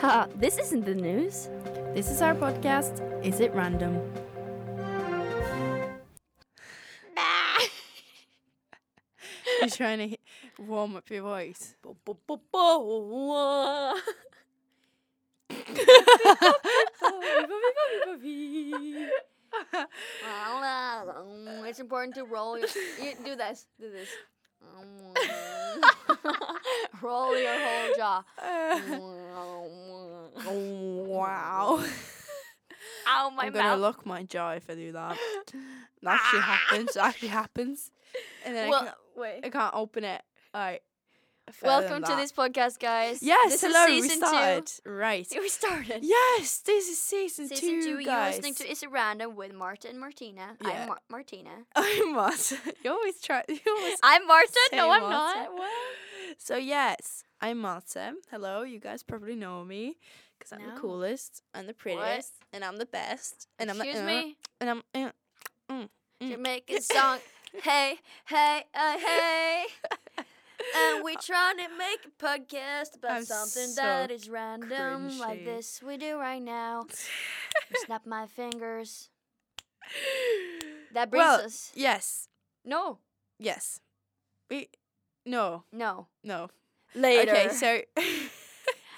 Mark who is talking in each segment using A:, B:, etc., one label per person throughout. A: Haha, this isn't the news.
B: This is our podcast, Is It Random? You're trying to hi- warm up your voice.
A: it's important to roll your. You, do this. Do this. roll your whole jaw.
B: Oh, wow.
A: Ow, my
B: I'm going to
A: mouth.
B: lock my jaw if I do that. That actually happens. That actually happens. And then I,
A: Well,
B: can't,
A: wait.
B: I can't open it. Like, further than
A: Welcome to
B: that.
A: this podcast, guys.
B: Yes,
A: this
B: hello.
A: is
B: We
A: season
B: started. Right.
A: two. We started.
B: Yes, this is season,
A: Season two,
B: two,
A: you're
B: guys.
A: listening to It's a Random with Marta and Martina.
B: Yeah.
A: I'm Mar- Martina.
B: I'm Marta. You always try. You always
A: I'm Marta.
B: say
A: no, I'm
B: Marta.
A: not. What?
B: So yes, I'm Marta. Hello, you guys probably know me because I'm
A: No.
B: the coolest, I'm the prettiest, and I'm the best, and I'm
A: Excuse
B: the uh,
A: me.
B: and I'm uh, Mm.
A: uh-huh. Jamaican song. hey, hey, uh, hey.
B: Uh,
A: And we trying to make a podcast about
B: I'm
A: something
B: so
A: that is random, like
B: cringy.
A: this we do right now. Snap my fingers. That brings
B: Well-
A: us.
B: yes,
A: No,
B: yes. We no
A: no.
B: no.
A: Later.
B: Okay, so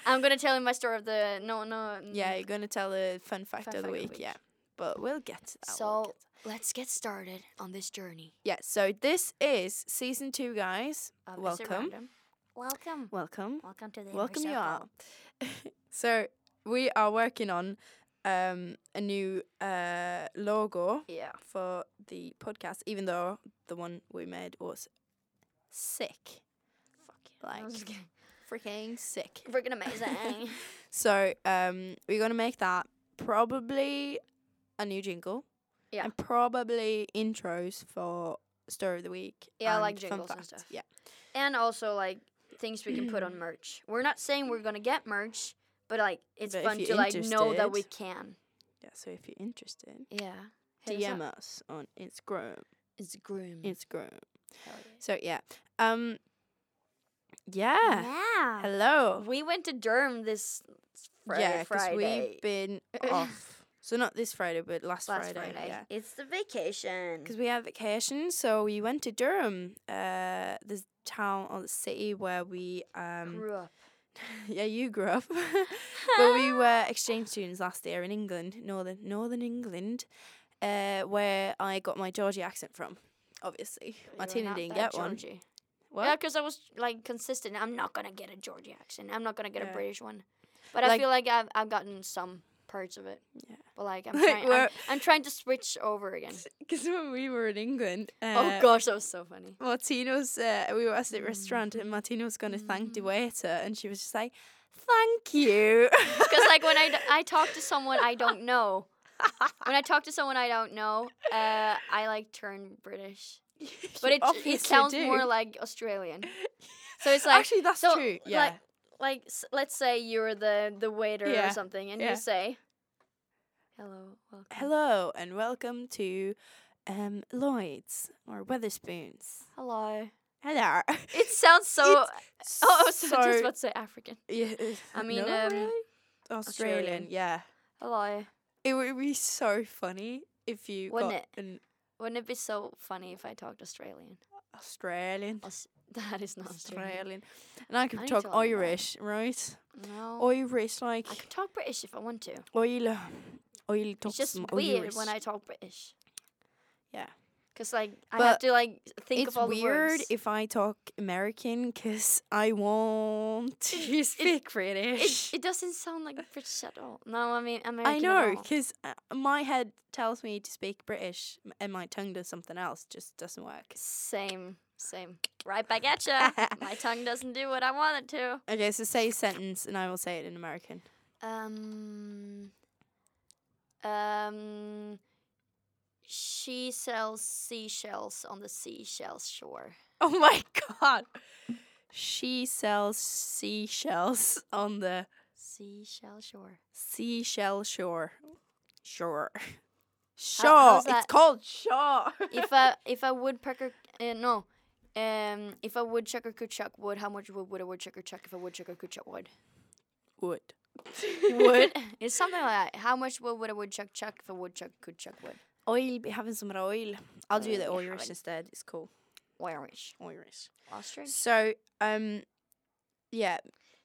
A: I'm gonna tell you my story of the no, no.
B: yeah,
A: mm.
B: you're gonna tell a fun fact
A: Fun fact
B: of the
A: of the
B: week,
A: week.
B: yeah. But we'll get to that. we'll
A: So let's get started on this journey.
B: get- yeah, so this is season two, guys.
A: of Is It
B: Welcome.
A: Random. Welcome.
B: Welcome.
A: Welcome to the inner
B: Welcome you
A: circle.
B: all. so we are working on um, a new uh, logo
A: Yeah.
B: for the podcast, even though the one we made was sick,
A: I
B: like
A: was just kidding.
B: freaking sick.
A: Freaking amazing.
B: So um, we're gonna make that probably a new jingle,
A: Yeah.
B: and probably intros for story of the week.
A: Yeah, I
B: and
A: like
B: fun
A: jingles and
B: facts.
A: stuff.
B: Yeah,
A: and also like things we can put on merch. We're not saying we're gonna get merch, but like it's
B: But if
A: fun
B: you're
A: to like know that
B: interested-
A: we can.
B: yeah. So if you're interested,
A: Yeah.
B: DM us on Instagram.
A: It's groom.
B: Instagram. So yeah. Um yeah.
A: yeah.
B: Hello.
A: We went to Durham this Friday.
B: yeah,
A: Friday.
B: we've been off. So not this Friday, but last,
A: last
B: Friday.
A: Friday.
B: Yeah.
A: It's the vacation.
B: Because we had vacation, so we went to Durham, uh, the town or the city where we um
A: grew up.
B: yeah you grew up, but we were exchange students last year in England, northern Northern England, uh, where I got my Georgie accent from. Obviously, Martina didn't get one. What?
A: Yeah, because I was like consistent. I'm not gonna get a Georgia accent. I'm not gonna get
B: Yeah.
A: a British one. But I
B: Like-
A: feel like I've I've gotten some parts of it.
B: Yeah.
A: But like I'm
B: Like,
A: trying, I'm,
B: we're-
A: I'm trying to switch over again.
B: Because when we were in England, uh,
A: oh gosh, that was so funny.
B: Martino's, uh, we were at a restaurant
A: Mm.
B: and Martino was going to thank the waiter and she was just like, thank you.
A: Because like when I, d- I talk to someone I don't know, when I talk to someone I don't know, uh, I like turn British, but it it sounds more like Australian. So it's like
B: Actually, that's
A: so,
B: true.
A: like-
B: Yeah.
A: like s- let's say you're the the waiter
B: Yeah,
A: or something, and
B: yeah.
A: you say, "Hello, welcome."
B: Hello and welcome to um, Lloyd's or Weatherspoons.
A: Hello.
B: Hello.
A: It sounds so. oh, I was just
B: so-
A: about to say African.
B: yeah, eh,
A: I mean,
B: no,
A: um,
B: really? Australian.
A: Australian.
B: Yeah.
A: Hello.
B: It would be so funny if you
A: Wouldn't
B: got
A: it?
B: an
A: Wouldn't it be so funny if I talked Australian?
B: Australian.
A: Aus- that is not Australian.
B: Australian. And I
A: I
B: could
A: need
B: talk
A: to learn that.
B: Irish, right?
A: No.
B: Irish,
A: I
B: like
A: could talk British if I want to.
B: oil, uh, oil
A: It's
B: talks
A: just
B: m-
A: weird
B: Irish.
A: when I talk British.
B: Yeah.
A: Cause like I have
B: But
A: to like think
B: it's
A: of all
B: weird
A: the words.
B: if I talk American because I want to speak
A: it,
B: British.
A: it doesn't sound like British at all. No, I mean American.
B: I
A: at
B: know
A: all.
B: because my head tells me to speak British m- and my tongue does something else. Just doesn't work.
A: Same, same. Right back at ya. My tongue doesn't do what I want it to.
B: Okay, so say a sentence and I will say it in American.
A: Um. Um. She sells seashells on the seashell shore.
B: Oh my god. She sells seashells on the
A: Seashell shore.
B: seashell shore. Shore. Shore.
A: how's
B: it's
A: that?
B: called shore.
A: if I if a woodpecker uh, no, um, if a woodchucker could chuck wood, how much wood would a woodchucker chuck if a woodchucker could chuck wood?
B: wood?
A: wood. It's something like that. How much wood would a woodchuck chuck if a woodchuck could chuck wood?
B: Oil, be having some oil. I'll do
A: Oil,
B: the
A: be
B: Irish
A: having-
B: instead. It's cool.
A: Irish.
B: Irish.
A: Ostrich.
B: So, um, yeah,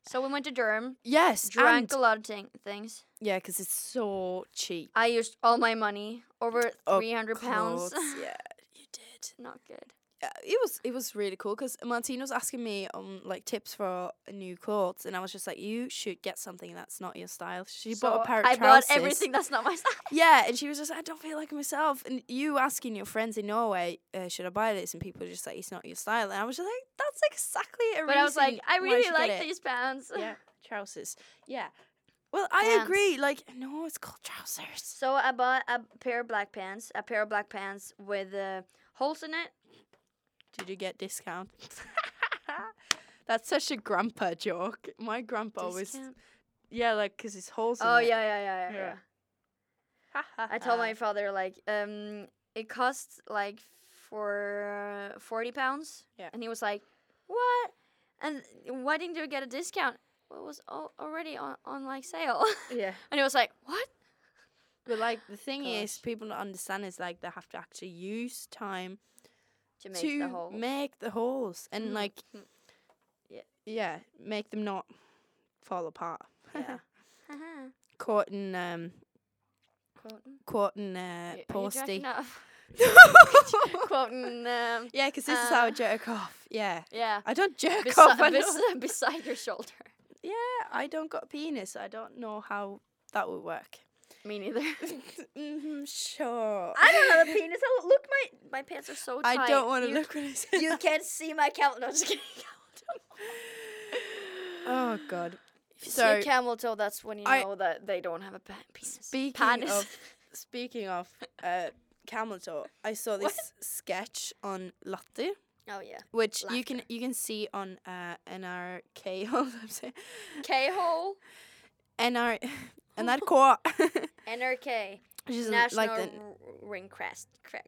A: So we went to Durham,
B: yes,
A: drank
B: and-
A: a lot of ting things.
B: yeah, because it's so cheap.
A: I used all my money, over
B: Of
A: 300 pounds.
B: Course, yeah, you did.
A: Not good.
B: uh, it was it was really cool because Martina was asking me on like tips for new clothes, and I was just like, "You should get something that's not your style." She bought a
A: So
B: pair of
A: I
B: trousers.
A: bought everything that's not my style.
B: Yeah, and she was just, "I don't feel like myself." And you asking your friends in Norway, uh, "Should I buy this?" And people were just like, "It's not your style," and I was just like, "That's exactly a
A: But I was like,
B: reason
A: I
B: why
A: really
B: should get
A: like
B: it."
A: these pants.
B: Yeah, trousers. Yeah. Well, I
A: Pants.
B: agree. Like, no, it's called trousers.
A: So I bought a pair of black pants, a pair of black pants with uh, holes in it.
B: Did you get discount? That's such a grandpa joke. My grandpa always
A: Discount.
B: Yeah, like because it's holes.
A: Oh yeah, yeah, yeah, yeah,
B: Yeah. Uh.
A: yeah. I told my father like, um, it costs like for forty pounds.
B: Yeah.
A: And he was like, what? And why didn't you get a discount? Well, it was al- already on, on like sale.
B: yeah.
A: and he was like, what?
B: But like the thing is,
A: Gosh.
B: people don't understand is like they have to actually use time
A: To make
B: to
A: the Mm-hmm. whole.
B: make the holes and like, yeah, yeah, make them not fall apart.
A: yeah. Uh-huh.
B: Caught in um,
A: Quoting.
B: caught in uh,
A: Are you
B: posty.
A: jacking off?
B: yeah,
A: Quoting. Um,
B: because this is how I
A: Uh,
B: jerk off. Yeah,
A: yeah.
B: I don't jerk
A: Besi-
B: off. I don't-
A: bes- beside your shoulder.
B: yeah, I don't got a penis. so I don't know how that would work.
A: Me neither.
B: mm sure.
A: Mm-hmm. I don't have a penis. I look, look, my my pants are so tight.
B: I don't want to
A: You-
B: look when I say
A: You
B: that.
A: can't see my camel. No, I'm just kidding.
B: Oh god.
A: If you
B: So-
A: see a camel toe, that's when you
B: I-
A: know that they don't have a pe- penis.
B: Speaking
A: Penis.
B: of speaking of uh camel toe, I saw
A: What?
B: this sketch on Latte,
A: oh yeah,
B: which you can you can see on uh NRK I'm saying
A: K hole,
B: NR NRK
A: NRK,
B: which is
A: national
B: like the
A: r- ring crest, cra-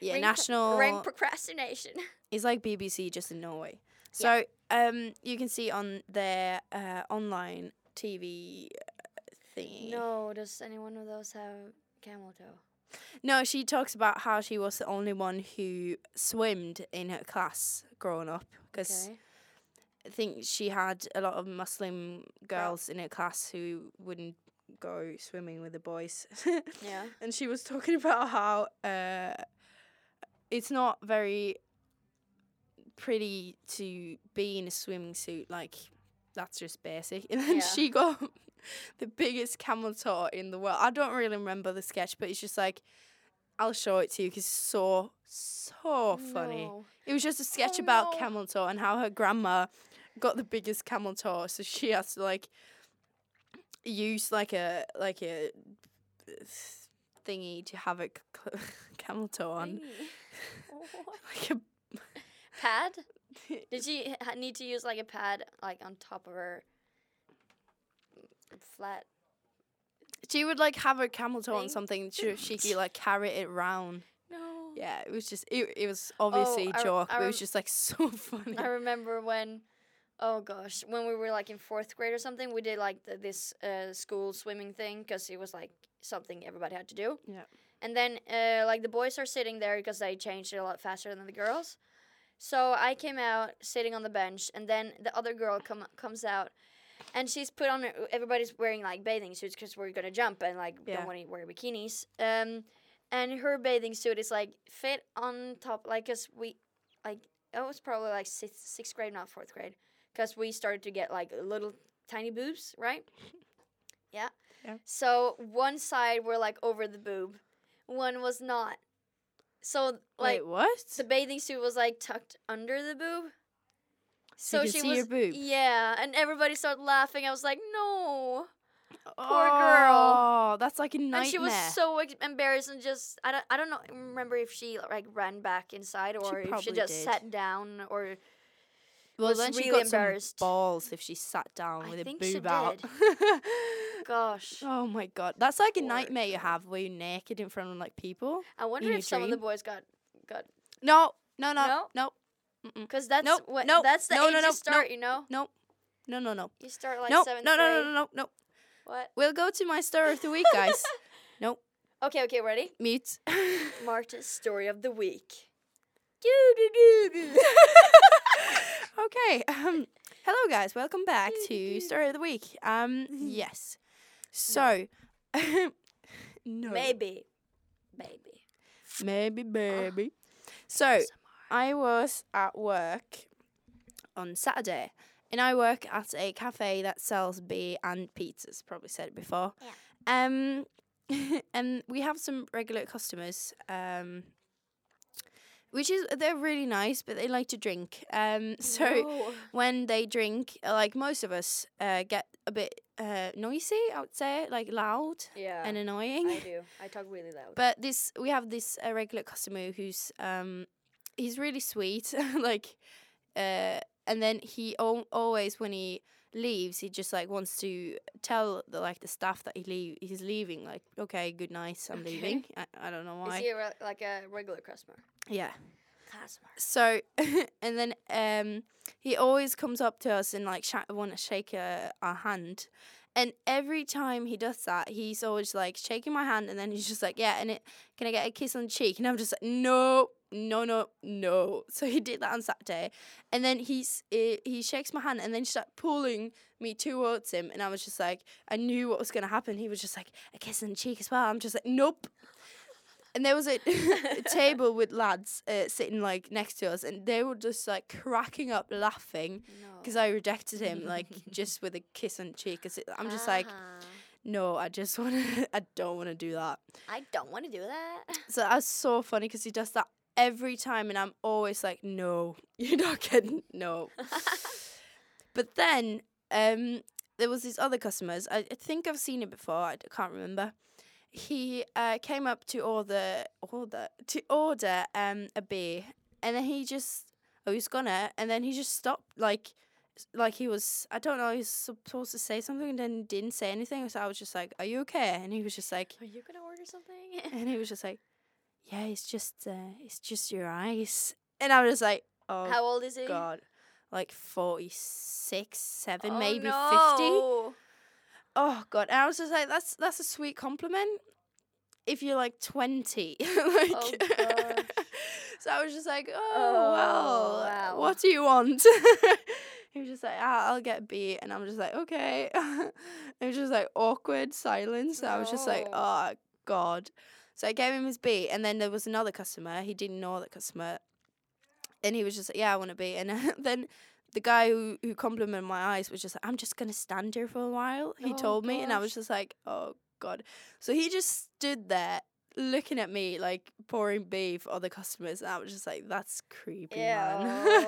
B: yeah,
A: ring pro-
B: national
A: ring procrastination.
B: It's like BBC just in Norway.
A: Yeah.
B: So um you can see on their uh online TV thingy.
A: no, does anyone of those have camel toe?
B: No, she talks about how she was the only one who swimmed in her class growing up because
A: Okay.
B: I think she had a lot of Muslim girls in her class who wouldn't go swimming with the boys.
A: Yeah.
B: and she was talking about how uh, it's not very pretty to be in a swimming suit. Like, that's just basic. And then
A: Yeah.
B: she got the biggest camel toe in the world. I don't really remember the sketch, but it's just like, I'll show it to you because it's so, so funny.
A: No.
B: It was just a sketch
A: Oh,
B: about
A: no.
B: camel toe and how her grandma got the biggest camel toe, so she has to like use like a like a thingy to have a c- camel toe on,
A: Thingy. What?
B: like a
A: pad? Did she h- ha- need to use like a pad like on top of her mm, flat?
B: she would like have her camel toe on
A: Thing.
B: something so she could like carry it round.
A: No.
B: Yeah, it was just it, it was obviously
A: Oh, I
B: a
A: re-
B: joke,
A: I
B: but it
A: rem-
B: was just like so funny.
A: I remember when, oh gosh, when we were like in fourth grade or something, we did like the, this uh, school swimming thing because it was like something everybody had to do.
B: Yeah.
A: And then uh, like the boys are sitting there because they changed it a lot faster than the girls. So I came out sitting on the bench, and then the other girl come comes out. And she's put on her, everybody's wearing like bathing suits because we're gonna jump and like
B: Yeah.
A: don't want to wear bikinis. Um, and her bathing suit is like fit on top, like cause we, like it was probably like sixth, sixth grade, not fourth grade, because we started to get like little tiny boobs, right? Yeah.
B: Yeah.
A: So one side were like over the boob, one was not. So like
B: Wait, what?
A: the bathing suit was like tucked under the boob.
B: So you can see your boob?
A: e, Yeah, and everybody started laughing. I was like, no.
B: poor
A: girl.
B: Oh, that's like a nightmare.
A: And she was so ex- embarrassed and just I don't I don't know remember if she like ran back inside or if she
B: probably
A: just
B: did.
A: sat down or
B: Well,
A: was
B: then
A: really
B: she got some
A: embarrassed.
B: balls if she sat down
A: I
B: with a
A: think she
B: boob out.
A: did. gosh.
B: oh my god, that's like a
A: Poor
B: nightmare you
A: girl.
B: have where you're naked in front of like people.
A: I wonder
B: need
A: if some of the
B: dream?
A: boys got got
B: No, no, no,
A: No?
B: no,
A: because that's
B: Nope,
A: what
B: nope,
A: that's the
B: no,
A: age
B: no,
A: you
B: nope,
A: start, you know.
B: no. No, no, no.
A: You start like
B: nope.
A: seventh
B: No, no, no,
A: grade.
B: no, no, no.
A: What?
B: We'll go to my story of the week, guys. nope.
A: Okay, okay, ready?
B: Mute.
A: Marta's story of the week.
B: okay. Um, hello, guys. Welcome back to Story of the Week. Um, yes. So, no.
A: Maybe. Maybe.
B: Maybe, baby. So, I was at work on Saturday, and I work at a cafe that sells beer and pizzas. Probably said it before. Yeah. Um, and we have some regular customers. Um, which is they're really nice, but they like to drink. Um, so
A: No.
B: when they drink, uh, like most of us, uh, get a bit uh, noisy. I would say like loud
A: Yeah.
B: and annoying.
A: I do. I talk really loud.
B: But this, we have this uh, regular customer who's um, he's really sweet, like, uh, and then he al- always when he leaves, he just like wants to tell the, like the staff that he leave he's leaving, like, okay, good night, I'm
A: Okay.
B: leaving. I, I don't know
A: Is
B: why.
A: he a re- like a regular customer?
B: Yeah.
A: Customer.
B: So, and then um, he always comes up to us and like sh- want to shake uh, our hand. And every time he does that, he's always like shaking my hand, and then he's just like, "Yeah," and it, can I get a kiss on the cheek? And I'm just like, "No, no, no, no." So he did that on Saturday, and then he's he, he shakes my hand, and then she's like pulling me towards him, and I was just like, I knew what was gonna happen. He was just like a kiss on the cheek as well. I'm just like, "Nope." And there was a, a table with lads uh, sitting like next to us, and they were just like cracking up laughing
A: No.
B: because I rejected him like just with a kiss on the cheek. Cause it, I'm just like,
A: Ah,
B: no, I just want to, I don't want to do that.
A: I don't want to do that.
B: So that's so funny because he does that every time, and I'm always like, no, you're not kidding, no. but then um, there was these other customers. I, I think I've seen it before. I d- can't remember. He uh, came up to order order to order um, a beer, and then he just oh he's gonna, and then he just stopped like s- like he was I don't know he was supposed to say something and then didn't say anything. So I was just like, "Are you okay?" And he was just like,
A: Are you gonna order something?
B: and he was just like, "Yeah, it's just, uh, it's just your eyes." And I was like, "Oh
A: How old is he?
B: God, like 46, 7,
A: Oh,
B: maybe fifty.
A: no.
B: Oh God!" And I was just like, "That's that's a sweet compliment." If you're like twenty,
A: Oh,
B: like,
A: gosh.
B: so I was just like, "Oh,
A: Oh,
B: well, uh,
A: wow.
B: what do you want?" he was just like, ah, "I'll get beat," and I'm just like, "Okay." it was just like awkward silence. and I was just like,
A: No.
B: "Oh God!" So I gave him his beat, and then there was another customer. He didn't know that customer, and he was just like, "Yeah, I want to be." And then the guy who who complimented my eyes was just like, "I'm just gonna stand here for a while." He
A: Oh,
B: told me, and I
A: gosh.
B: was just like, "Oh God!" So he just stood there looking at me like pouring beer for other customers, and I was just like, "That's creepy, man."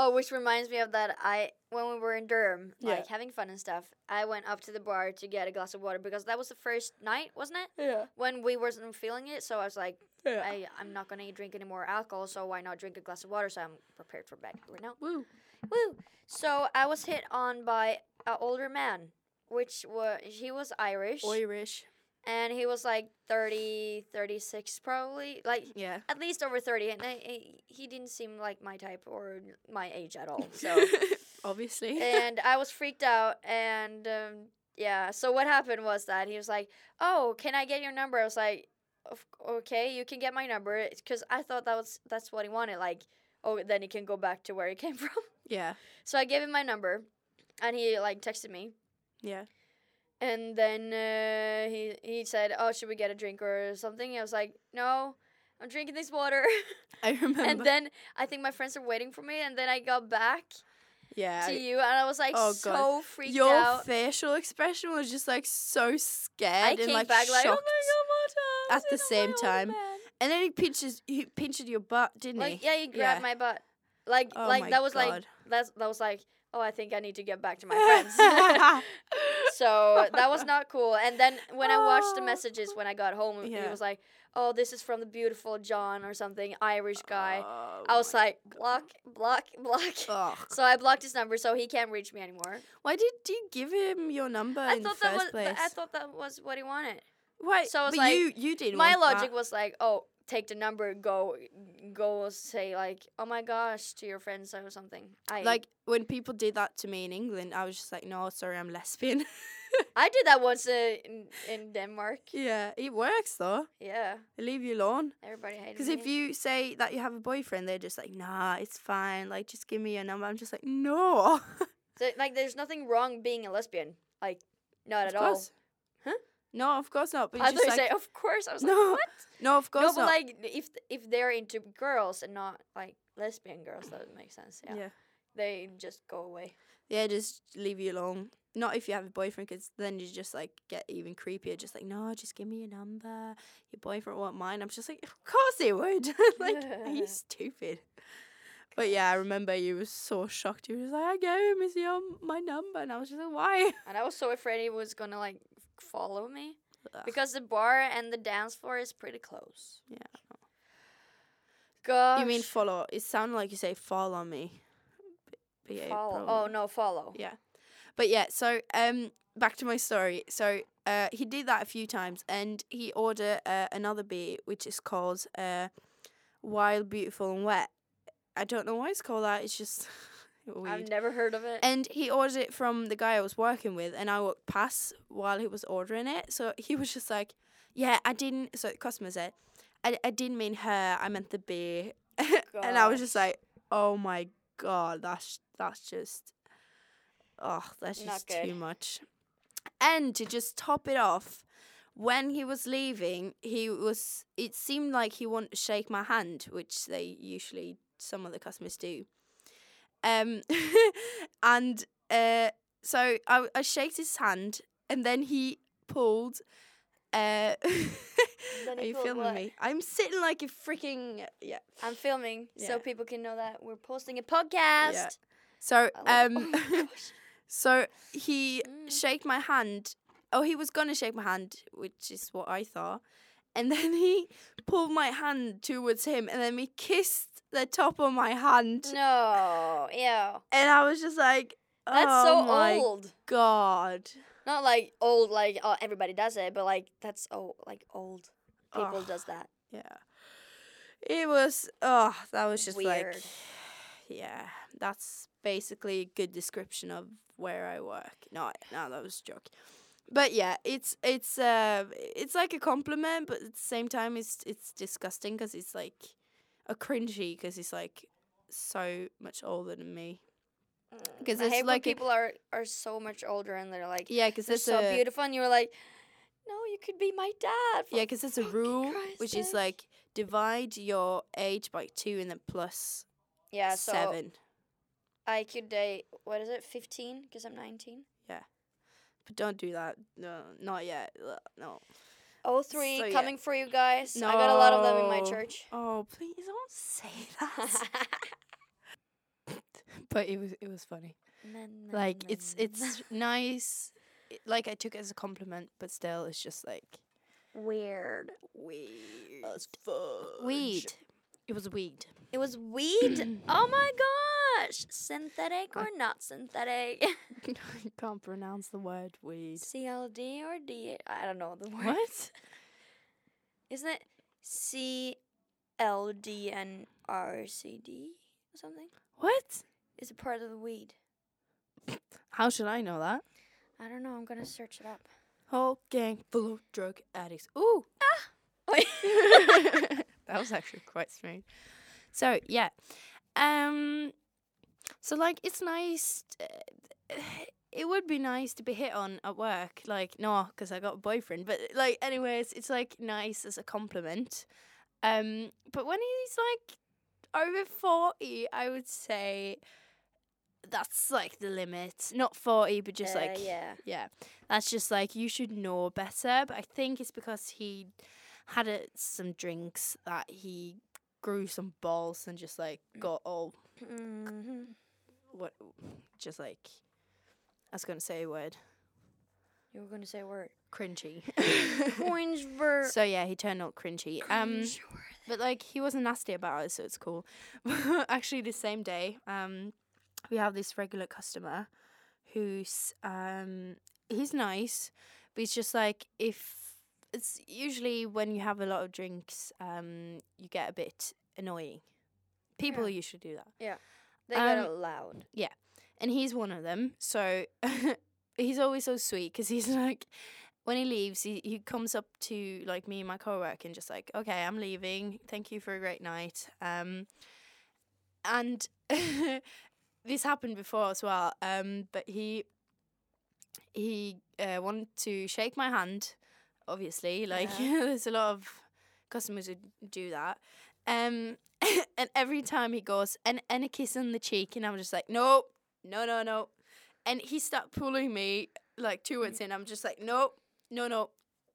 A: Oh, which reminds me of that. I when we were in Durham,
B: Yeah.
A: like having fun and stuff. I went up to the bar to get a glass of water because that was the first night, wasn't it?
B: yeah,
A: When we wasn't feeling it, so I was like,
B: yeah.
A: I I'm not gonna drink any more alcohol, so why not drink a glass of water? So I'm prepared for bed right now.
B: Woo.
A: Woo! So I was hit on by an older man, which was he was Irish,
B: Irish.
A: and he was like 30, 36 probably, like
B: Yeah.
A: at least over 30 and I, I- he didn't seem like my type or my age at all so
B: obviously.
A: and i was freaked out and um, yeah so what happened was that he was like oh can i get your number i was like of, okay you can get my number because i thought that was that's what he wanted like oh then he can go back to where he came from
B: yeah.
A: so i gave him my number and he like texted me
B: Yeah.
A: and then uh, he he said oh should we get a drink or something i was like no i'm drinking this water
B: I remember.
A: and then I think my friends are waiting for me, and then I got back
B: yeah.
A: to you, and I was like
B: Oh, God.
A: so freaked
B: Your
A: out.
B: facial expression was just like so
A: I
B: scared
A: came
B: and like
A: back like,
B: shocked.
A: oh my god, Marta, I was
B: at the
A: hit on
B: same
A: by old
B: time,
A: man."
B: And then he pinches, he pinched your butt, didn't
A: Like
B: he?
A: yeah, you grabbed
B: Yeah.
A: my butt. Like
B: Oh
A: like
B: my
A: that was like
B: God.
A: that's that was like oh I think I need to get back to my friends. so that was not cool. And then when I watched the
B: Oh.
A: messages when I got home, it
B: Yeah.
A: was like oh this is from the beautiful John or something Irish guy.
B: Oh
A: I was like block block block.
B: Ugh.
A: So I blocked his number, so he can't reach me anymore.
B: Why did you give him your number
A: I
B: Oh, in the
A: thought that was
B: first place?
A: I thought that was what he wanted.
B: Why?
A: so I was
B: but
A: like-
B: you, you didn't.
A: My
B: want that.
A: logic was like, oh, take the number, go go say like, oh my gosh, to your friends or something. I
B: Like when people did that to me in England, I was just like, no, sorry, I'm lesbian.
A: I did that once uh, in in Denmark.
B: yeah, it works though.
A: Yeah,
B: They leave you alone.
A: everybody hated
B: Because
A: me.
B: if you say that you have a boyfriend, they're just like, nah, it's fine. Like, just give me your number. I'm just like, no.
A: So, like, there's nothing wrong being a lesbian. Like, not
B: of
A: at all.
B: course.
A: Huh?
B: No, of course not. But
A: I
B: it's
A: thought
B: just
A: you
B: like,
A: say, of course. I was
B: No,
A: like,
B: no, of
A: what?
B: course
A: no, but
B: not.
A: like, if if they're into girls and not like lesbian girls, that would make sense. Yeah.
B: yeah.
A: They just go away.
B: Yeah, just leave you alone. Not if you have a boyfriend, because then you just like get even creepier. Just like, no, just give me your number. Your boyfriend won't mind. I'm just like, of course they would. like, are you stupid? But yeah, I remember you were so shocked. You were just like, I gave him his yum, my number, and I was just like, why?
A: And I was so afraid he was gonna like follow me
B: Ugh.
A: because the bar and the dance floor is pretty close.
B: Yeah,
A: Gosh.
B: You mean follow? It sounded like you say follow me. B- But yeah,
A: follow?
B: probably.
A: Oh no, follow.
B: Yeah. But yeah, so um, back to my story. So uh, he did that a few times, and he ordered uh, another beer, which is called uh, Wild, Beautiful, and Wet. I don't know why it's called that. It's just weird.
A: I've never heard of it.
B: and he ordered it from the guy I was working with, and I walked past while he was ordering it. So he was just like, "Yeah, I didn't." So the customer said, "I, I didn't mean her. I meant the beer." and I was just
A: Gosh.
B: like, "Oh my god, that's that's just, oh, that's
A: Not
B: just too
A: good.
B: much." And to just top it off, when he was leaving, he was. It seemed like he wanted to shake my hand, which they usually some of the customers do. Um, and uh, so I, I shaked his hand, and then he pulled. Uh,
A: Then
B: are
A: he
B: you
A: pulled
B: filming
A: what?
B: me? I'm sitting like a freaking yeah.
A: I'm filming
B: Yeah.
A: so people can know that we're posting a podcast.
B: So
A: I love-
B: um,
A: oh my gosh.
B: so he
A: Mm.
B: shake my hand. Oh, he was gonna shake my hand, which is what I thought. And then he pulled my hand towards him, and then we kissed the top of my hand,
A: No, yeah,
B: and I was just like,
A: that's
B: "Oh
A: so
B: my
A: old.
B: God,
A: Not like old, like oh everybody does it, but like that's oh like old people
B: Ugh.
A: does that.
B: Yeah. It was oh, that was just like
A: Weird.
B: yeah. That's basically a good description of where I work. No, no, that was a joke. But yeah, it's it's uh it's like a compliment, but at the same time it's it's disgusting because it's like a cringy because it's like so much older than me.
A: Mm,
B: 'Cause
A: I
B: it's
A: hate when
B: like a-
A: people are are so much older and they're like,
B: Yeah, because
A: they're
B: it's
A: so
B: a
A: beautiful, and you're like, no, you could be my dad. for
B: yeah, because it's a
A: fucking
B: rule
A: Christ's
B: which is
A: sake."
B: like divide your age by two and then plus
A: yeah, so
B: seven.
A: I could date what is it, fifteen? Because I'm nineteen.
B: But don't do that. No, not yet. Ugh, No.
A: Oh three
B: So, yeah.
A: coming for you guys. I got a lot of them in my
B: No.
A: church.
B: Oh, please don't say that. but it was it was funny.
A: Na, na,
B: Like
A: na,
B: it's
A: na.
B: it's nice. It- like I took it as a compliment, but still, it's just like
A: weird.
B: weed.
A: fudge.
B: Weed. It was weed.
A: It was weed. oh my gosh! Synthetic
B: I-
A: or not synthetic?
B: I can't pronounce the word weed.
A: CLD or D? I don't know the word.
B: What?
A: Isn't it C L D and R C D or something?
B: What?
A: Is it part of the weed?
B: How should I know that?
A: I don't know. I'm gonna search it up.
B: Whole gang full of drug addicts. Ooh. that was actually quite strange. So yeah, um, so like it's nice. uh, it would be nice to be hit on at work, like no, because I got a boyfriend. But like, anyways, it's like nice as a compliment. Um, but when he's like over forty, I would say that's like the limit. Not forty, but just
A: Uh,
B: like
A: yeah.
B: yeah. That's just like you should know better. But I think it's because he had a, some drinks that he grew some balls and just like got all
A: hmm
B: what, just like I was gonna say a word
A: You were gonna say a word.
B: cringy.
A: Orange ver.
B: so yeah, he turned out cringy. Um, but like he wasn't nasty about it, so it's cool. Actually, the same day, um, we have this regular customer who's um he's nice, but he's just like if it's usually when you have a lot of drinks, um, you get a bit annoying. People usually do that.
A: They
B: get
A: it loud.
B: and he's one of them. So he's always so sweet because he's like, when he leaves, he, he comes up to like me and my coworker and just like, okay, I'm leaving. Thank you for a great night. Um, and this happened before as well. Um, but he he uh, wanted to shake my hand. Obviously, like
A: Yeah.
B: there's a lot of customers who do that. Um, and every time he goes, and and a kiss on the cheek, and I'm just like, nope, no, no, no. And he started pulling me like towards him. I'm just like, nope, no, no.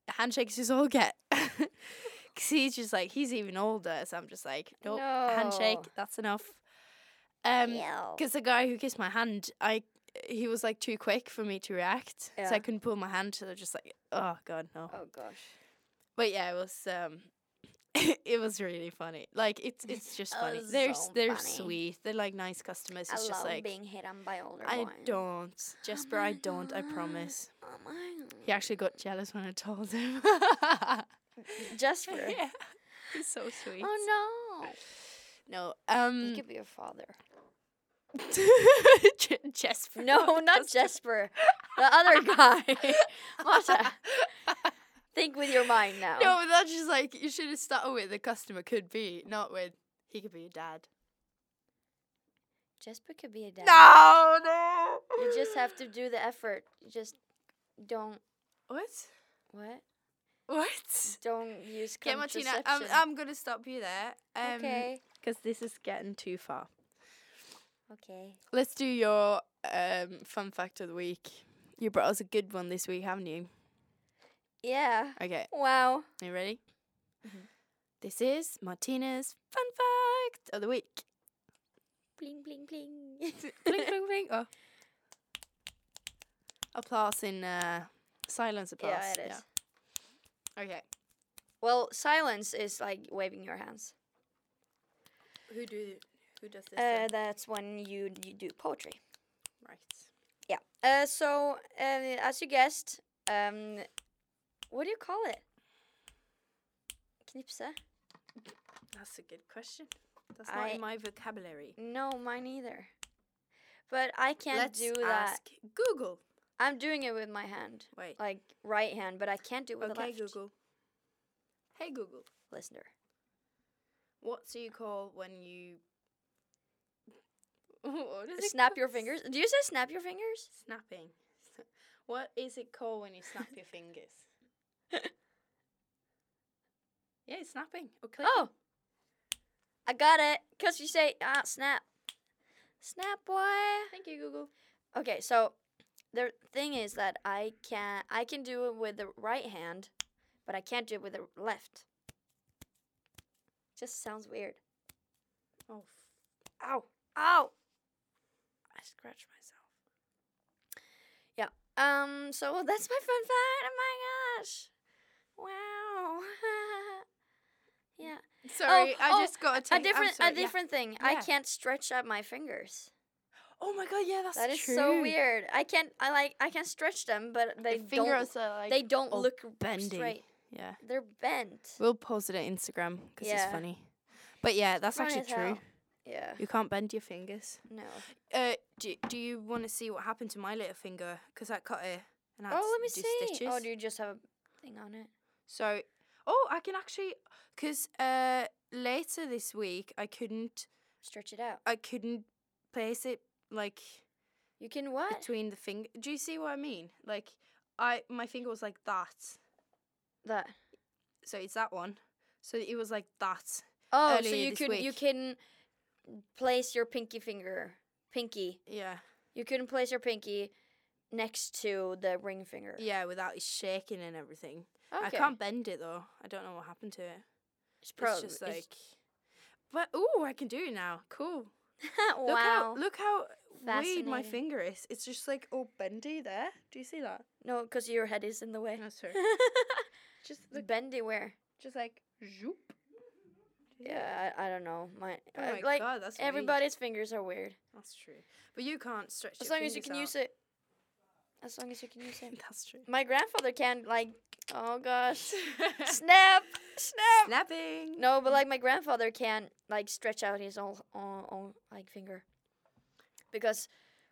B: Handshakes is all I get. Because he's just like, he's even older. So I'm just like, nope, handshake,
A: No.
B: that's enough. Um,
A: Yeah.
B: because the guy who kissed my hand, I he was like too quick for me to react, so
A: Yeah.
B: I couldn't pull my hand. So I was just like, oh god, no.
A: Oh gosh.
B: But yeah, it was um, it was really funny. Like it's it's just
A: Oh,
B: funny.
A: it's
B: They're
A: so
B: they're
A: funny.
B: sweet. They're like nice customers. It's
A: I
B: just
A: love
B: like
A: being hit on by older
B: I
A: ones.
B: don't, Jesper. I don't. I promise.
A: Oh my.
B: He actually got jealous when I told him.
A: Jasper.
B: yeah, he's so sweet.
A: Oh no.
B: no, um,
A: He could be your father.
B: Je- Jesper.
A: No, not Jesper. The other guy. Marta. Think with your mind now.
B: No, but that's just like you should have started with the customer could be, not with he could be your dad.
A: Jesper could be a dad.
B: No, no.
A: You just have to do the effort. You just don't
B: what?
A: what?
B: What?
A: Don't use
B: Okay,
A: contraception.
B: Martina, I'm, I'm gonna stop you there. Um,
A: okay.
B: Because this is getting too far.
A: Okay.
B: Let's do your um fun fact of the week. You brought us a good one this week, haven't you?
A: Yeah.
B: Okay,
A: Wow.
B: are you ready? Mm-hmm.
A: Mhm.
B: This is Martina's fun fact of the week.
A: Bling bling bling.
B: bling bling bling. Oh. Applause in uh, silence applause.
A: yeah, it is.
B: Okay.
A: Well, silence is like waving your hands.
B: Who do who does this?
A: Uh, that's when you, you do poetry.
B: right.
A: Uh, so uh, as you guessed, um, what do you call it? Knipse?
B: That's a good question. That's
A: not in I-
B: my vocabulary.
A: No, mine either. But I can't do that.
B: Google.
A: I'm doing it with my hand,
B: Wait.
A: like right hand, but I can't do it with the left.
B: Hey Google.
A: Listener.
B: What do you call when you what is it
A: Snap
B: called?
A: your fingers. Do you say snap your fingers?
B: Snapping. What is it called when you snap your fingers? yeah, it's snapping. Or clicking.
A: Oh, I got it. Cause you say ah snap, snap boy.
B: thank you, Google.
A: Okay, so the thing is that I can I can do it with the right hand, but I can't do it with the left. Just sounds weird.
B: Oh,
A: Ow! Ow!
B: I scratched myself.
A: Um. So that's my fun fact. Oh my gosh! Wow. yeah.
B: Sorry, I
A: oh,
B: just got a
A: A
B: text.
A: different
B: sorry,
A: a
B: yeah.
A: different thing. I
B: Yeah.
A: can't stretch out my fingers.
B: Oh my god, yeah, that's
A: That is
B: true.
A: so weird. I can't. I like. I can stretch them, but they
B: the
A: don't.
B: fingers are uh, like
A: They don't
B: all
A: look
B: bendy.
A: straight.
B: yeah.
A: They're bent.
B: We'll post it on Instagram because
A: Yeah.
B: it's funny. But yeah, that's
A: Funny
B: actually
A: as
B: true.
A: hell. Yeah.
B: You can't bend your fingers.
A: No.
B: Uh, do do you want to see what happened to my little finger? Because I cut it and I had
A: oh, let me
B: to do
A: see.
B: stitches.
A: Oh, do you just have a thing on it?
B: So, oh, I can actually, because uh, later this week I couldn't,
A: Stretch it out.
B: I couldn't place it like
A: You can what?
B: between the finger. Do you see what I mean? Like, I my finger was like that.
A: That.
B: So it's that one. So it was like that.
A: Oh, so
B: earlier
A: you
B: this
A: could you
B: week.
A: couldn't place your pinky finger, pinky.
B: Yeah.
A: You couldn't place your pinky next to the ring finger.
B: Yeah, without it shaking and everything.
A: Okay.
B: I can't bend it though. I don't know what happened to it.
A: It's, probably,
B: it's just like, but oh, I can do it now. Cool. Look
A: wow.
B: how look how weird my
A: Fascinating.
B: finger is. It's just like all bendy there. Do you see that?
A: No, because your head is in the way.
B: That's true. just Mm, look,
A: Bendy where?
B: just like zoop.
A: Yeah, I, I don't know. My,
B: Oh
A: I-
B: my
A: like
B: god, that's weird.
A: everybody's fingers are weird.
B: That's true. But you can't stretch.
A: As
B: your
A: long as you
B: fingers
A: can
B: out.
A: use it. as long as you can use him.
B: That's true.
A: My grandfather can like oh gosh. snap! Snap!
B: Snapping.
A: No, but like my grandfather can like stretch out his own, own, own like finger. Because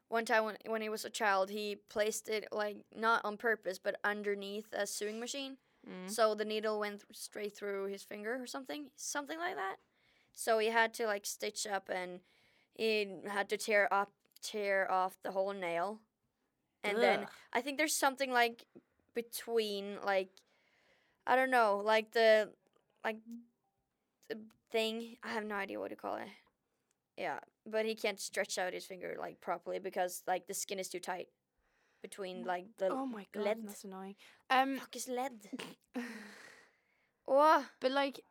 A: one time when, when he was a child, he placed it like not on purpose, but underneath a sewing machine.
B: Mm.
A: So the needle went th- straight through his finger or something, something like that. So he had to like stitch up and he had to tear up, tear off the whole nail. And then
B: Ugh.
A: I think there's something like between like I don't know, like the like the thing. I have no idea what to call it. Yeah, but he can't stretch out his finger like properly because like the skin is too tight between like the
B: oh my god,
A: lead.
B: that's annoying. Um,
A: fuck is lead. oh,
B: But like,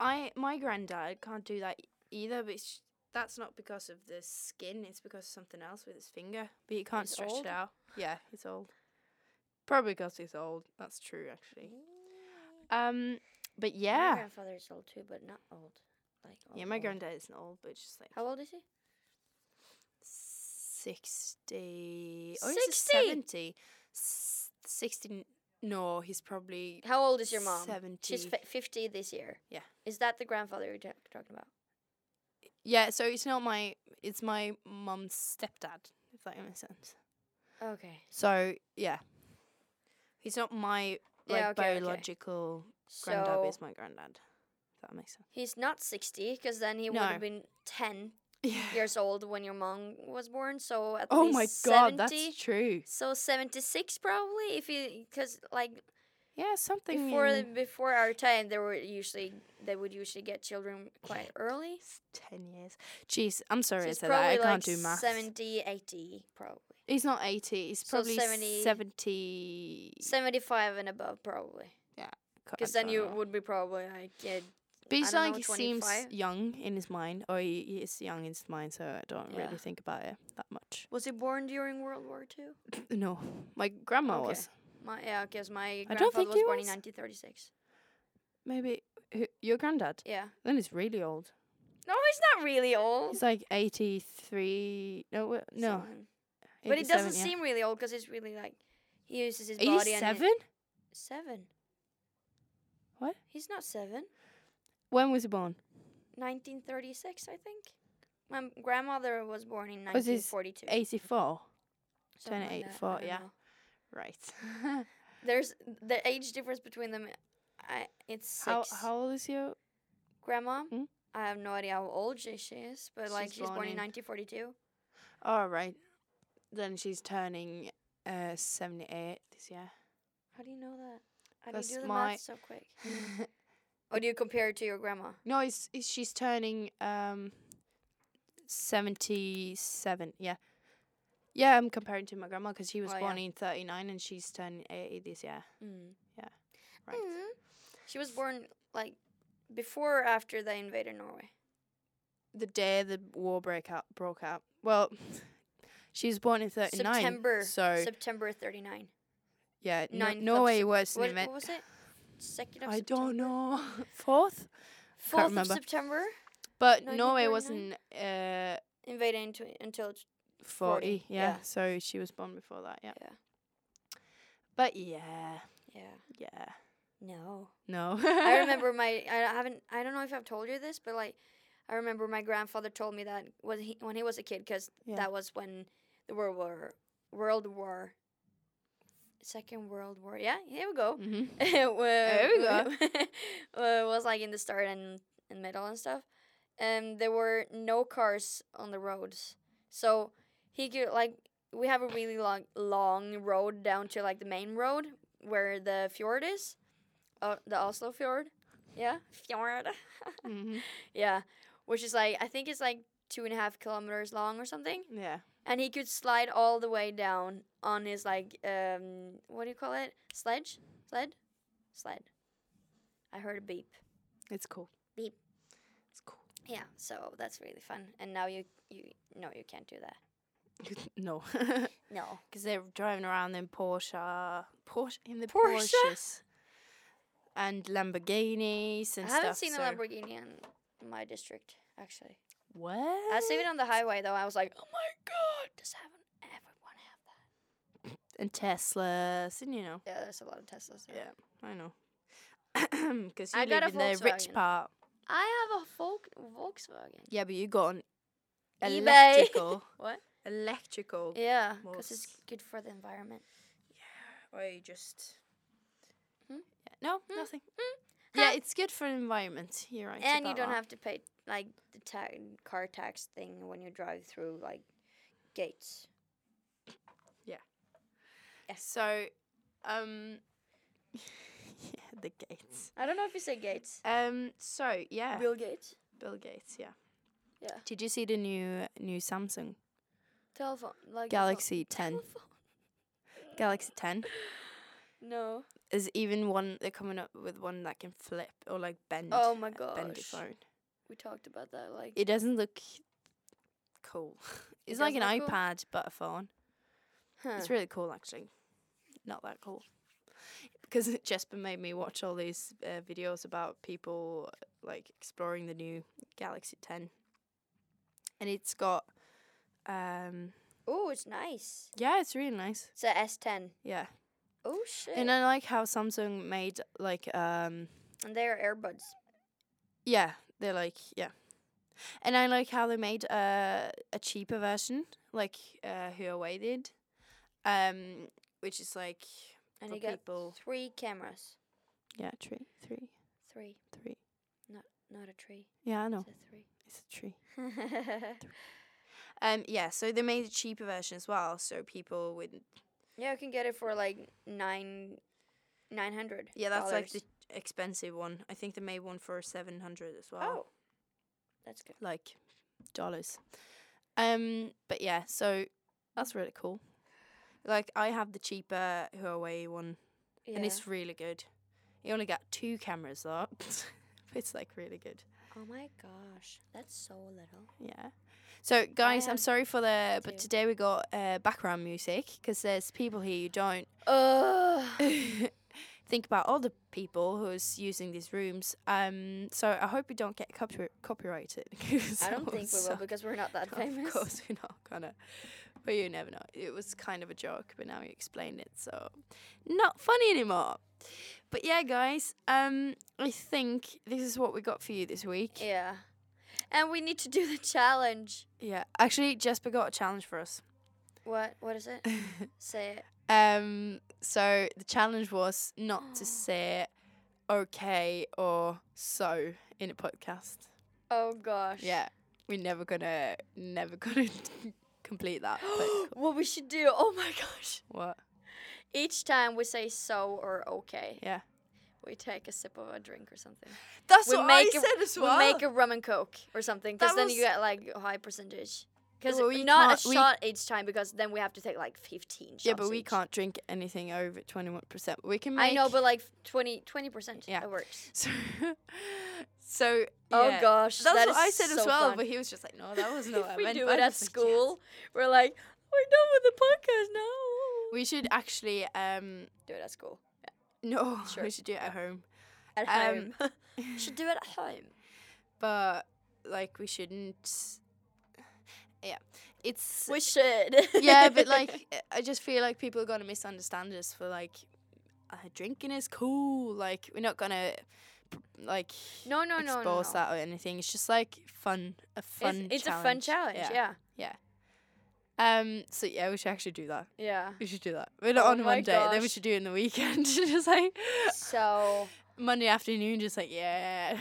B: I my granddad can't do that either. But it's, that's not because of the skin; it's because of something else with his finger. But he can't
A: He's
B: stretch
A: old?
B: it out. Yeah, he's old. Probably because he's old. That's true, actually. Um, but
A: My
B: yeah,
A: grandfather is old too, but not old. Like old,
B: yeah, my
A: old.
B: granddad isn't old, but just like
A: How old is he?
B: sixty. Oh, he's
A: 60?
B: seventy. S- sixty. No, he's probably
A: How old is your mom? She's
B: 70.
A: fi- fifty this year.
B: Yeah.
A: Is that the grandfather you're ta- talking about?
B: yeah. So it's not my. It's my mum's stepdad. If that makes sense.
A: Okay.
B: So yeah, he's not my like
A: Yeah, okay, okay.
B: biological granddad.
A: So
B: but Is my granddad? If that makes sense.
A: he's not 60 because then he would
B: No.
A: have been 10
B: Yeah.
A: years old when your mom was born. So at
B: Oh
A: least
B: my
A: 70.
B: god, that's true.
A: so 76 probably if you because like
B: Yeah, something
A: before
B: in
A: before our time they were usually they would usually get children quite early.
B: ten years. Jeez, I'm sorry
A: So
B: I
A: it's
B: said that. I
A: probably
B: can't
A: like
B: do maths.
A: 70, 80 probably.
B: He's not eighty. He's
A: So
B: probably
A: 70.
B: seventy.
A: 75 and above probably.
B: God,
A: Because
B: I
A: then
B: don't
A: you
B: know.
A: would be probably like yeah,
B: But he's
A: I don't
B: like
A: know,
B: he seems
A: 25?
B: young in his mind, or he, he is young in his mind. So I don't
A: Yeah.
B: really think about it that much.
A: was he born during World War Two?
B: No, my grandma
A: Okay.
B: was
A: My yeah, because my
B: don't
A: grandfather
B: think
A: was
B: he
A: born in
B: was.
A: 1936.
B: maybe who- your granddad.
A: Yeah.
B: Then he's really old.
A: No, he's not really old.
B: He's like 83. No, wha- no.
A: Something. But it
B: 87,
A: doesn't
B: yeah.
A: seem really old because he's really like he uses his body. and
B: 87?
A: it- Seven.
B: What?
A: He's not seven.
B: When was he born?
A: 1936, I think. My m- grandmother was born in
B: Was his
A: 1942.
B: 84.
A: something
B: turn
A: like that, I
B: 84,
A: don't
B: yeah.
A: know.
B: Right.
A: There's the age difference between them. I it's six.
B: how how old is your
A: Grandma.
B: Hmm?
A: I have no idea how old she she is, but like
B: She's
A: she's born,
B: born
A: in
B: in-
A: 1942.
B: Oh, right. Then she's turning uh 78 this year.
A: How do you know that? How
B: That's
A: do you do the
B: my-
A: math so quick? Or do you compare it to your grandma?
B: no, it's, it's she's turning um 77. Yeah. Yeah, I'm comparing to my grandma because she was
A: Oh, yeah.
B: born in 39 and she's turning 80 this year.
A: Mm.
B: Yeah, right.
A: Mm. She was born like before or after they invaded Norway.
B: the day the war break out broke out. Well, she was born in thirty nine.
A: September.
B: So
A: September 39.
B: yeah, no,
A: 9th of
B: Norway was an
A: What,
B: event.
A: what was it? Second of
B: I
A: September.
B: don't know. Fourth,
A: Fourth of
B: remember.
A: September
B: but
A: No, you
B: Norway
A: were
B: wasn't uh
A: invaded into, until it's-
B: forty.
A: 40,
B: yeah.
A: yeah.
B: so she was born before that. Yeah.
A: Yeah.
B: But yeah,
A: yeah.
B: yeah.
A: No.
B: No.
A: I remember my I haven't I don't know if I've told you this, but like I remember my grandfather told me that when he when he was a kid cuz
B: Yeah.
A: that was when the World War World War Second World War. Yeah, here we go.
B: hmm
A: there
B: we go.
A: uh, was like in the start and, and middle and stuff. And there were no cars on the roads. So he could like we have a really long long road down to like the main road where the fjord is. Uh, the Oslo fjord. Yeah. Fjord.
B: hmm
A: yeah. Which is like I think it's like two and a half kilometers long or something.
B: Yeah.
A: And he could slide all the way down on his like um what do you call it? Sledge? Sled? Sled. I heard a beep.
B: It's cool.
A: Beep.
B: It's cool.
A: Yeah, so that's really fun. And now you you no you can't do that.
B: no.
A: No.
B: because they're driving around in Porsche, Porsche in the
A: Porsche?
B: Porsches, and Lamborghinis and
A: I
B: stuff.
A: haven't seen
B: so-
A: a Lamborghini in my district actually.
B: What?
A: I was even on the highway though. I was like, "Oh my god, does everyone, everyone have that?"
B: and Teslas, and you know,
A: Yeah, there's a lot of Teslas. There.
B: yeah, I know, because you
A: I
B: live
A: got a
B: in the rich
A: Volkswagen.
B: part.
A: I have a Volk- Volkswagen.
B: Yeah, but you got an
A: eBay.
B: electrical,
A: What?
B: electrical.
A: Yeah, because it's
B: Most-
A: good for the environment.
B: I just.
A: Hmm?
B: Yeah, No,
A: Hmm?
B: nothing.
A: Hmm?
B: Yeah,
A: Huh?
B: it's good for environment. You're right.
A: and you
B: about
A: don't
B: that.
A: have to pay like the ta- car tax thing when you drive through like gates.
B: So, um, yeah, the Gates.
A: I don't know if you say gates.
B: Um, so yeah,
A: Bill Gates.
B: Bill Gates. Yeah.
A: Yeah.
B: Did you see the new new Samsung
A: Telephone. Like the phone-
B: Galaxy 10,
A: telephone.
B: Galaxy 10?
A: No.
B: There's even one they're coming up with one that can flip or like bend.
A: Oh my
B: a bendy
A: gosh.
B: phone.
A: We talked about that. Like
B: It doesn't look cool. It's like an
A: doesn't look cool?
B: iPad but a phone.
A: huh.
B: It's really cool actually. Not that cool. Because Jesper made me watch all these uh, videos about people like exploring the new Galaxy 10. And it's got um
A: oh, it's nice.
B: yeah, it's really nice.
A: It's a S10.
B: Yeah.
A: Oh shit.
B: And I like how Samsung made like um
A: and they are earbuds.
B: yeah, they're like yeah. And I like how they made uh, a cheaper version like uh, Huawei did. Um which is like
A: And
B: For
A: you got
B: people.
A: three cameras.
B: yeah, tree, three,
A: Three.
B: three.
A: Not a tree.
B: Yeah, I know.
A: It's a three.
B: It's a tree.
A: yeah,
B: Um, yeah, so they made a cheaper version as well, so people would.
A: you can get it for like nine, nine hundred.
B: Yeah, that's like the expensive one. I think they made one for seven hundred as well.
A: Oh, that's good.
B: like dollars. Um, but yeah, so that's really cool. Like I have the cheaper Huawei one,
A: Yeah.
B: and it's really good. You only got two cameras though. but it's like really good.
A: oh my gosh, that's so little.
B: Yeah. So guys, I'm
A: have
B: sorry for the, but
A: two.
B: today we got uh, background music because there's people here who don't
A: Ugh.
B: think about all the people who's using these rooms. Um, so I hope we don't get copy- copyrighted.
A: I don't think we will because we're not that famous.
B: Of course, we're not gonna. But you never know. It was kind of a joke, but now you explained it, so not funny anymore. But yeah, guys, um, I think this is what we got for you this week. Yeah.
A: Yeah, and we need to do the challenge.
B: Actually, Jesper got a challenge for us.
A: What? What is it? Say it.
B: Um, so the challenge was not to say okay or so in a podcast.
A: Oh gosh.
B: Yeah, we're never gonna, never gonna complete that. but cool.
A: what we should do? Oh my gosh.
B: what?
A: Each time we say so or okay,
B: Yeah,
A: we take a sip of a drink or something.
B: that's
A: We
B: what
A: make
B: I
A: a-
B: said as
A: we
B: well.
A: make a rum and coke or something because
B: That
A: then
B: was-
A: you get like a high percentage. Because
B: Well, we
A: not
B: can't-
A: a
B: we-
A: shot each time because then we have to take like 15 shots.
B: yeah, but we
A: each.
B: can't drink anything over twenty one percent. We can. Make,
A: I know, but like 20 percent.
B: Yeah.
A: it works.
B: so, so
A: Oh
B: yeah.
A: gosh,
B: That's
A: that
B: what
A: is
B: I said as
A: so
B: well,
A: fun.
B: but he was just like, "No, that was not."
A: if
B: what I
A: we
B: meant,
A: do
B: but
A: it at
B: I was like,
A: school,
B: "Yes."
A: we're like, we're done with the podcast now.
B: We should actually um
A: do it at school.
B: no,
A: Sure.
B: we should do it at home.
A: At
B: Um,
A: home. Should do it at home.
B: But like we shouldn't. Yeah, it's
A: We should.
B: yeah, but like I just feel like people are gonna misunderstand us for like uh, drinking is cool. Like we're not gonna p- like
A: no, no, no, no,
B: expose
A: no.
B: that or anything. It's just like fun, a
A: It's,
B: fun.
A: it's a fun challenge. Yeah.
B: Um. So yeah, we should actually do that.
A: Yeah.
B: We should do that. We're not
A: Oh
B: on
A: my
B: Monday. Then we
A: gosh.
B: should do it in the weekend. just like
A: So
B: Monday afternoon. Just like yeah.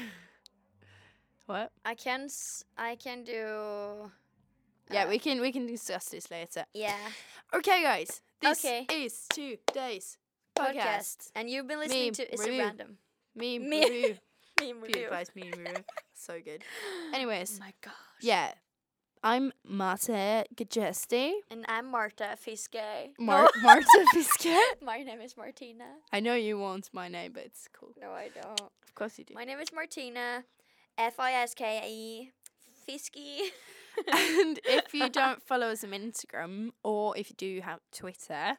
B: what?
A: I can s- I can do.
B: Yeah,
A: uh,
B: we can we can discuss this later.
A: yeah
B: Okay, guys. This
A: Okay.
B: is two days
A: podcast.
B: podcast.
A: and you've been listening
B: Meme
A: to is
B: review.
A: it random
B: Meme
A: Me-
B: review.
A: meme
B: Beauty
A: review.
B: Bites meme review. So good.
A: Oh
B: Anyways,
A: my gosh.
B: yeah. I'm Marta Gajesti.
A: And I'm Marta Fiske.
B: Mar- Marta Biscuit.
A: My name is Martina.
B: I know you want my name, but it's cool.
A: No, I don't.
B: Of course you do.
A: My name is Martina. F I S K E. Fisky.
B: and if you don't follow us on Instagram or if you do have Twitter,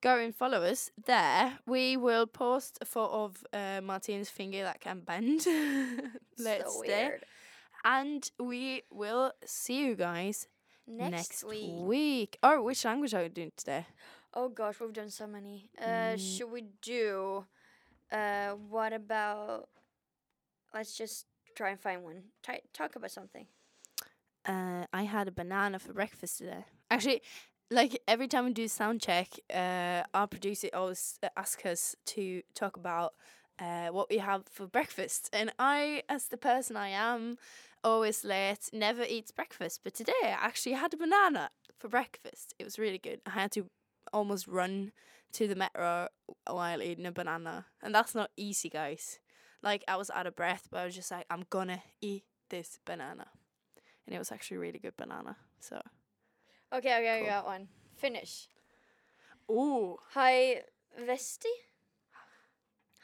B: go and follow us there. We will post a photo of uh, Martina's finger that can bend. Let's
A: so
B: day.
A: weird.
B: And we will see you guys
A: Next,
B: next
A: week.
B: week. Oh, which language are we doing today?
A: Oh gosh, we've done so many. Uh, Should we do? Uh, what about? Let's just try and find one. Ti- talk about something.
B: Uh, I had a banana for breakfast today. Actually, like every time we do sound check, uh, our producer always uh, asks us to talk about uh, what we have for breakfast. And I, as the person I am, always late, never eats breakfast. But today I actually had a banana for breakfast. It was really good. I had to almost run to the metro while eating a banana. And that's not easy, guys. Like, I was out of breath, but I was just like, I'm gonna eat this banana. And it was actually a really good banana. So,
A: Okay, okay,
B: Cool.
A: I got one. Finish.
B: ooh,
A: Hi, Vesti.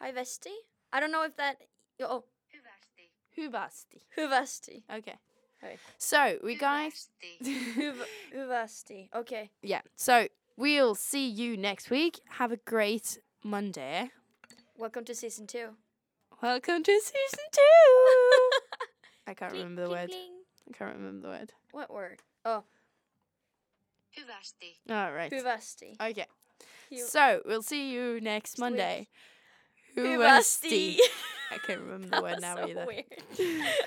A: Hi, Vesti. I don't know if that. Oh,
B: huvasti.
A: Huvasti.
B: Okay.
A: Hey.
B: So, we guys.
A: Huvasti. Okay.
B: yeah. So, we'll see you next week. Have a great Monday.
A: Welcome to season two.
B: Welcome to season two. I can't remember the word. I can't remember the word.
A: What word? Oh,
B: All right.
A: Huvasti.
B: Okay.
A: You-
B: So we'll see you next Monday. Whoasti. I can't remember the word now either. My dad's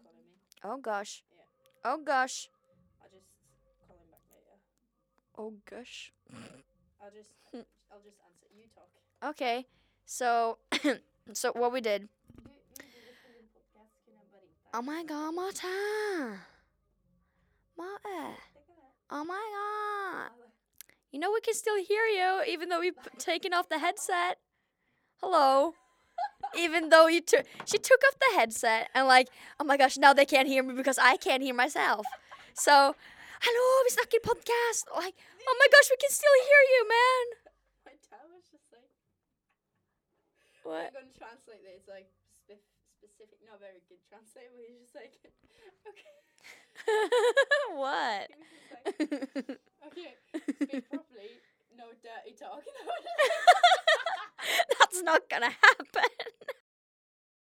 B: calling me.
A: Oh gosh. Oh gosh.
B: I'll just call him back later.
A: Oh gosh.
B: I'll just
A: Hmm.
B: I'll just answer. You talk.
A: Okay. So, so what we did. Oh my god, Marta. Marta. Oh
B: uh,
A: my god. You know we can still hear you even though we've taken off the headset.
B: uh,
A: Hello. even though you took she took off the headset and like, oh my gosh, now they can't hear me because I can't hear myself. So, hello, we stuck in podcast. Like, oh my gosh, we can still hear you, man.
B: My dad was just like
A: What?
B: gonna translate this like specific not very good translate, but he's just like okay.
A: what?
B: Okay, speak properly. No dirty talk.
A: That's not gonna happen.